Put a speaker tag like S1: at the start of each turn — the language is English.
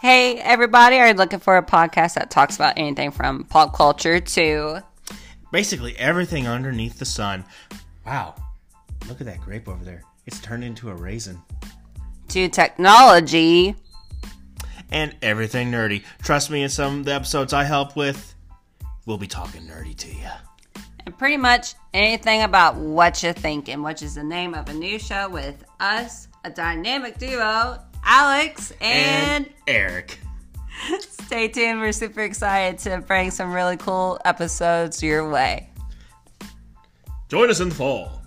S1: Hey, everybody, are you looking for a podcast that talks about anything from pop culture to.
S2: Basically, everything underneath the sun. Wow. Look at that grape over there. It's turned into a raisin.
S1: to technology.
S2: And everything nerdy. Trust me, in some of the episodes I help with, we'll be talking nerdy to you.
S1: And pretty much anything about what you're thinking, which is the name of a new show with us, a dynamic duo, Alex, and,
S2: Eric.
S1: stay tuned. We're super excited to bring some really cool episodes your way.
S2: Join us in the fall.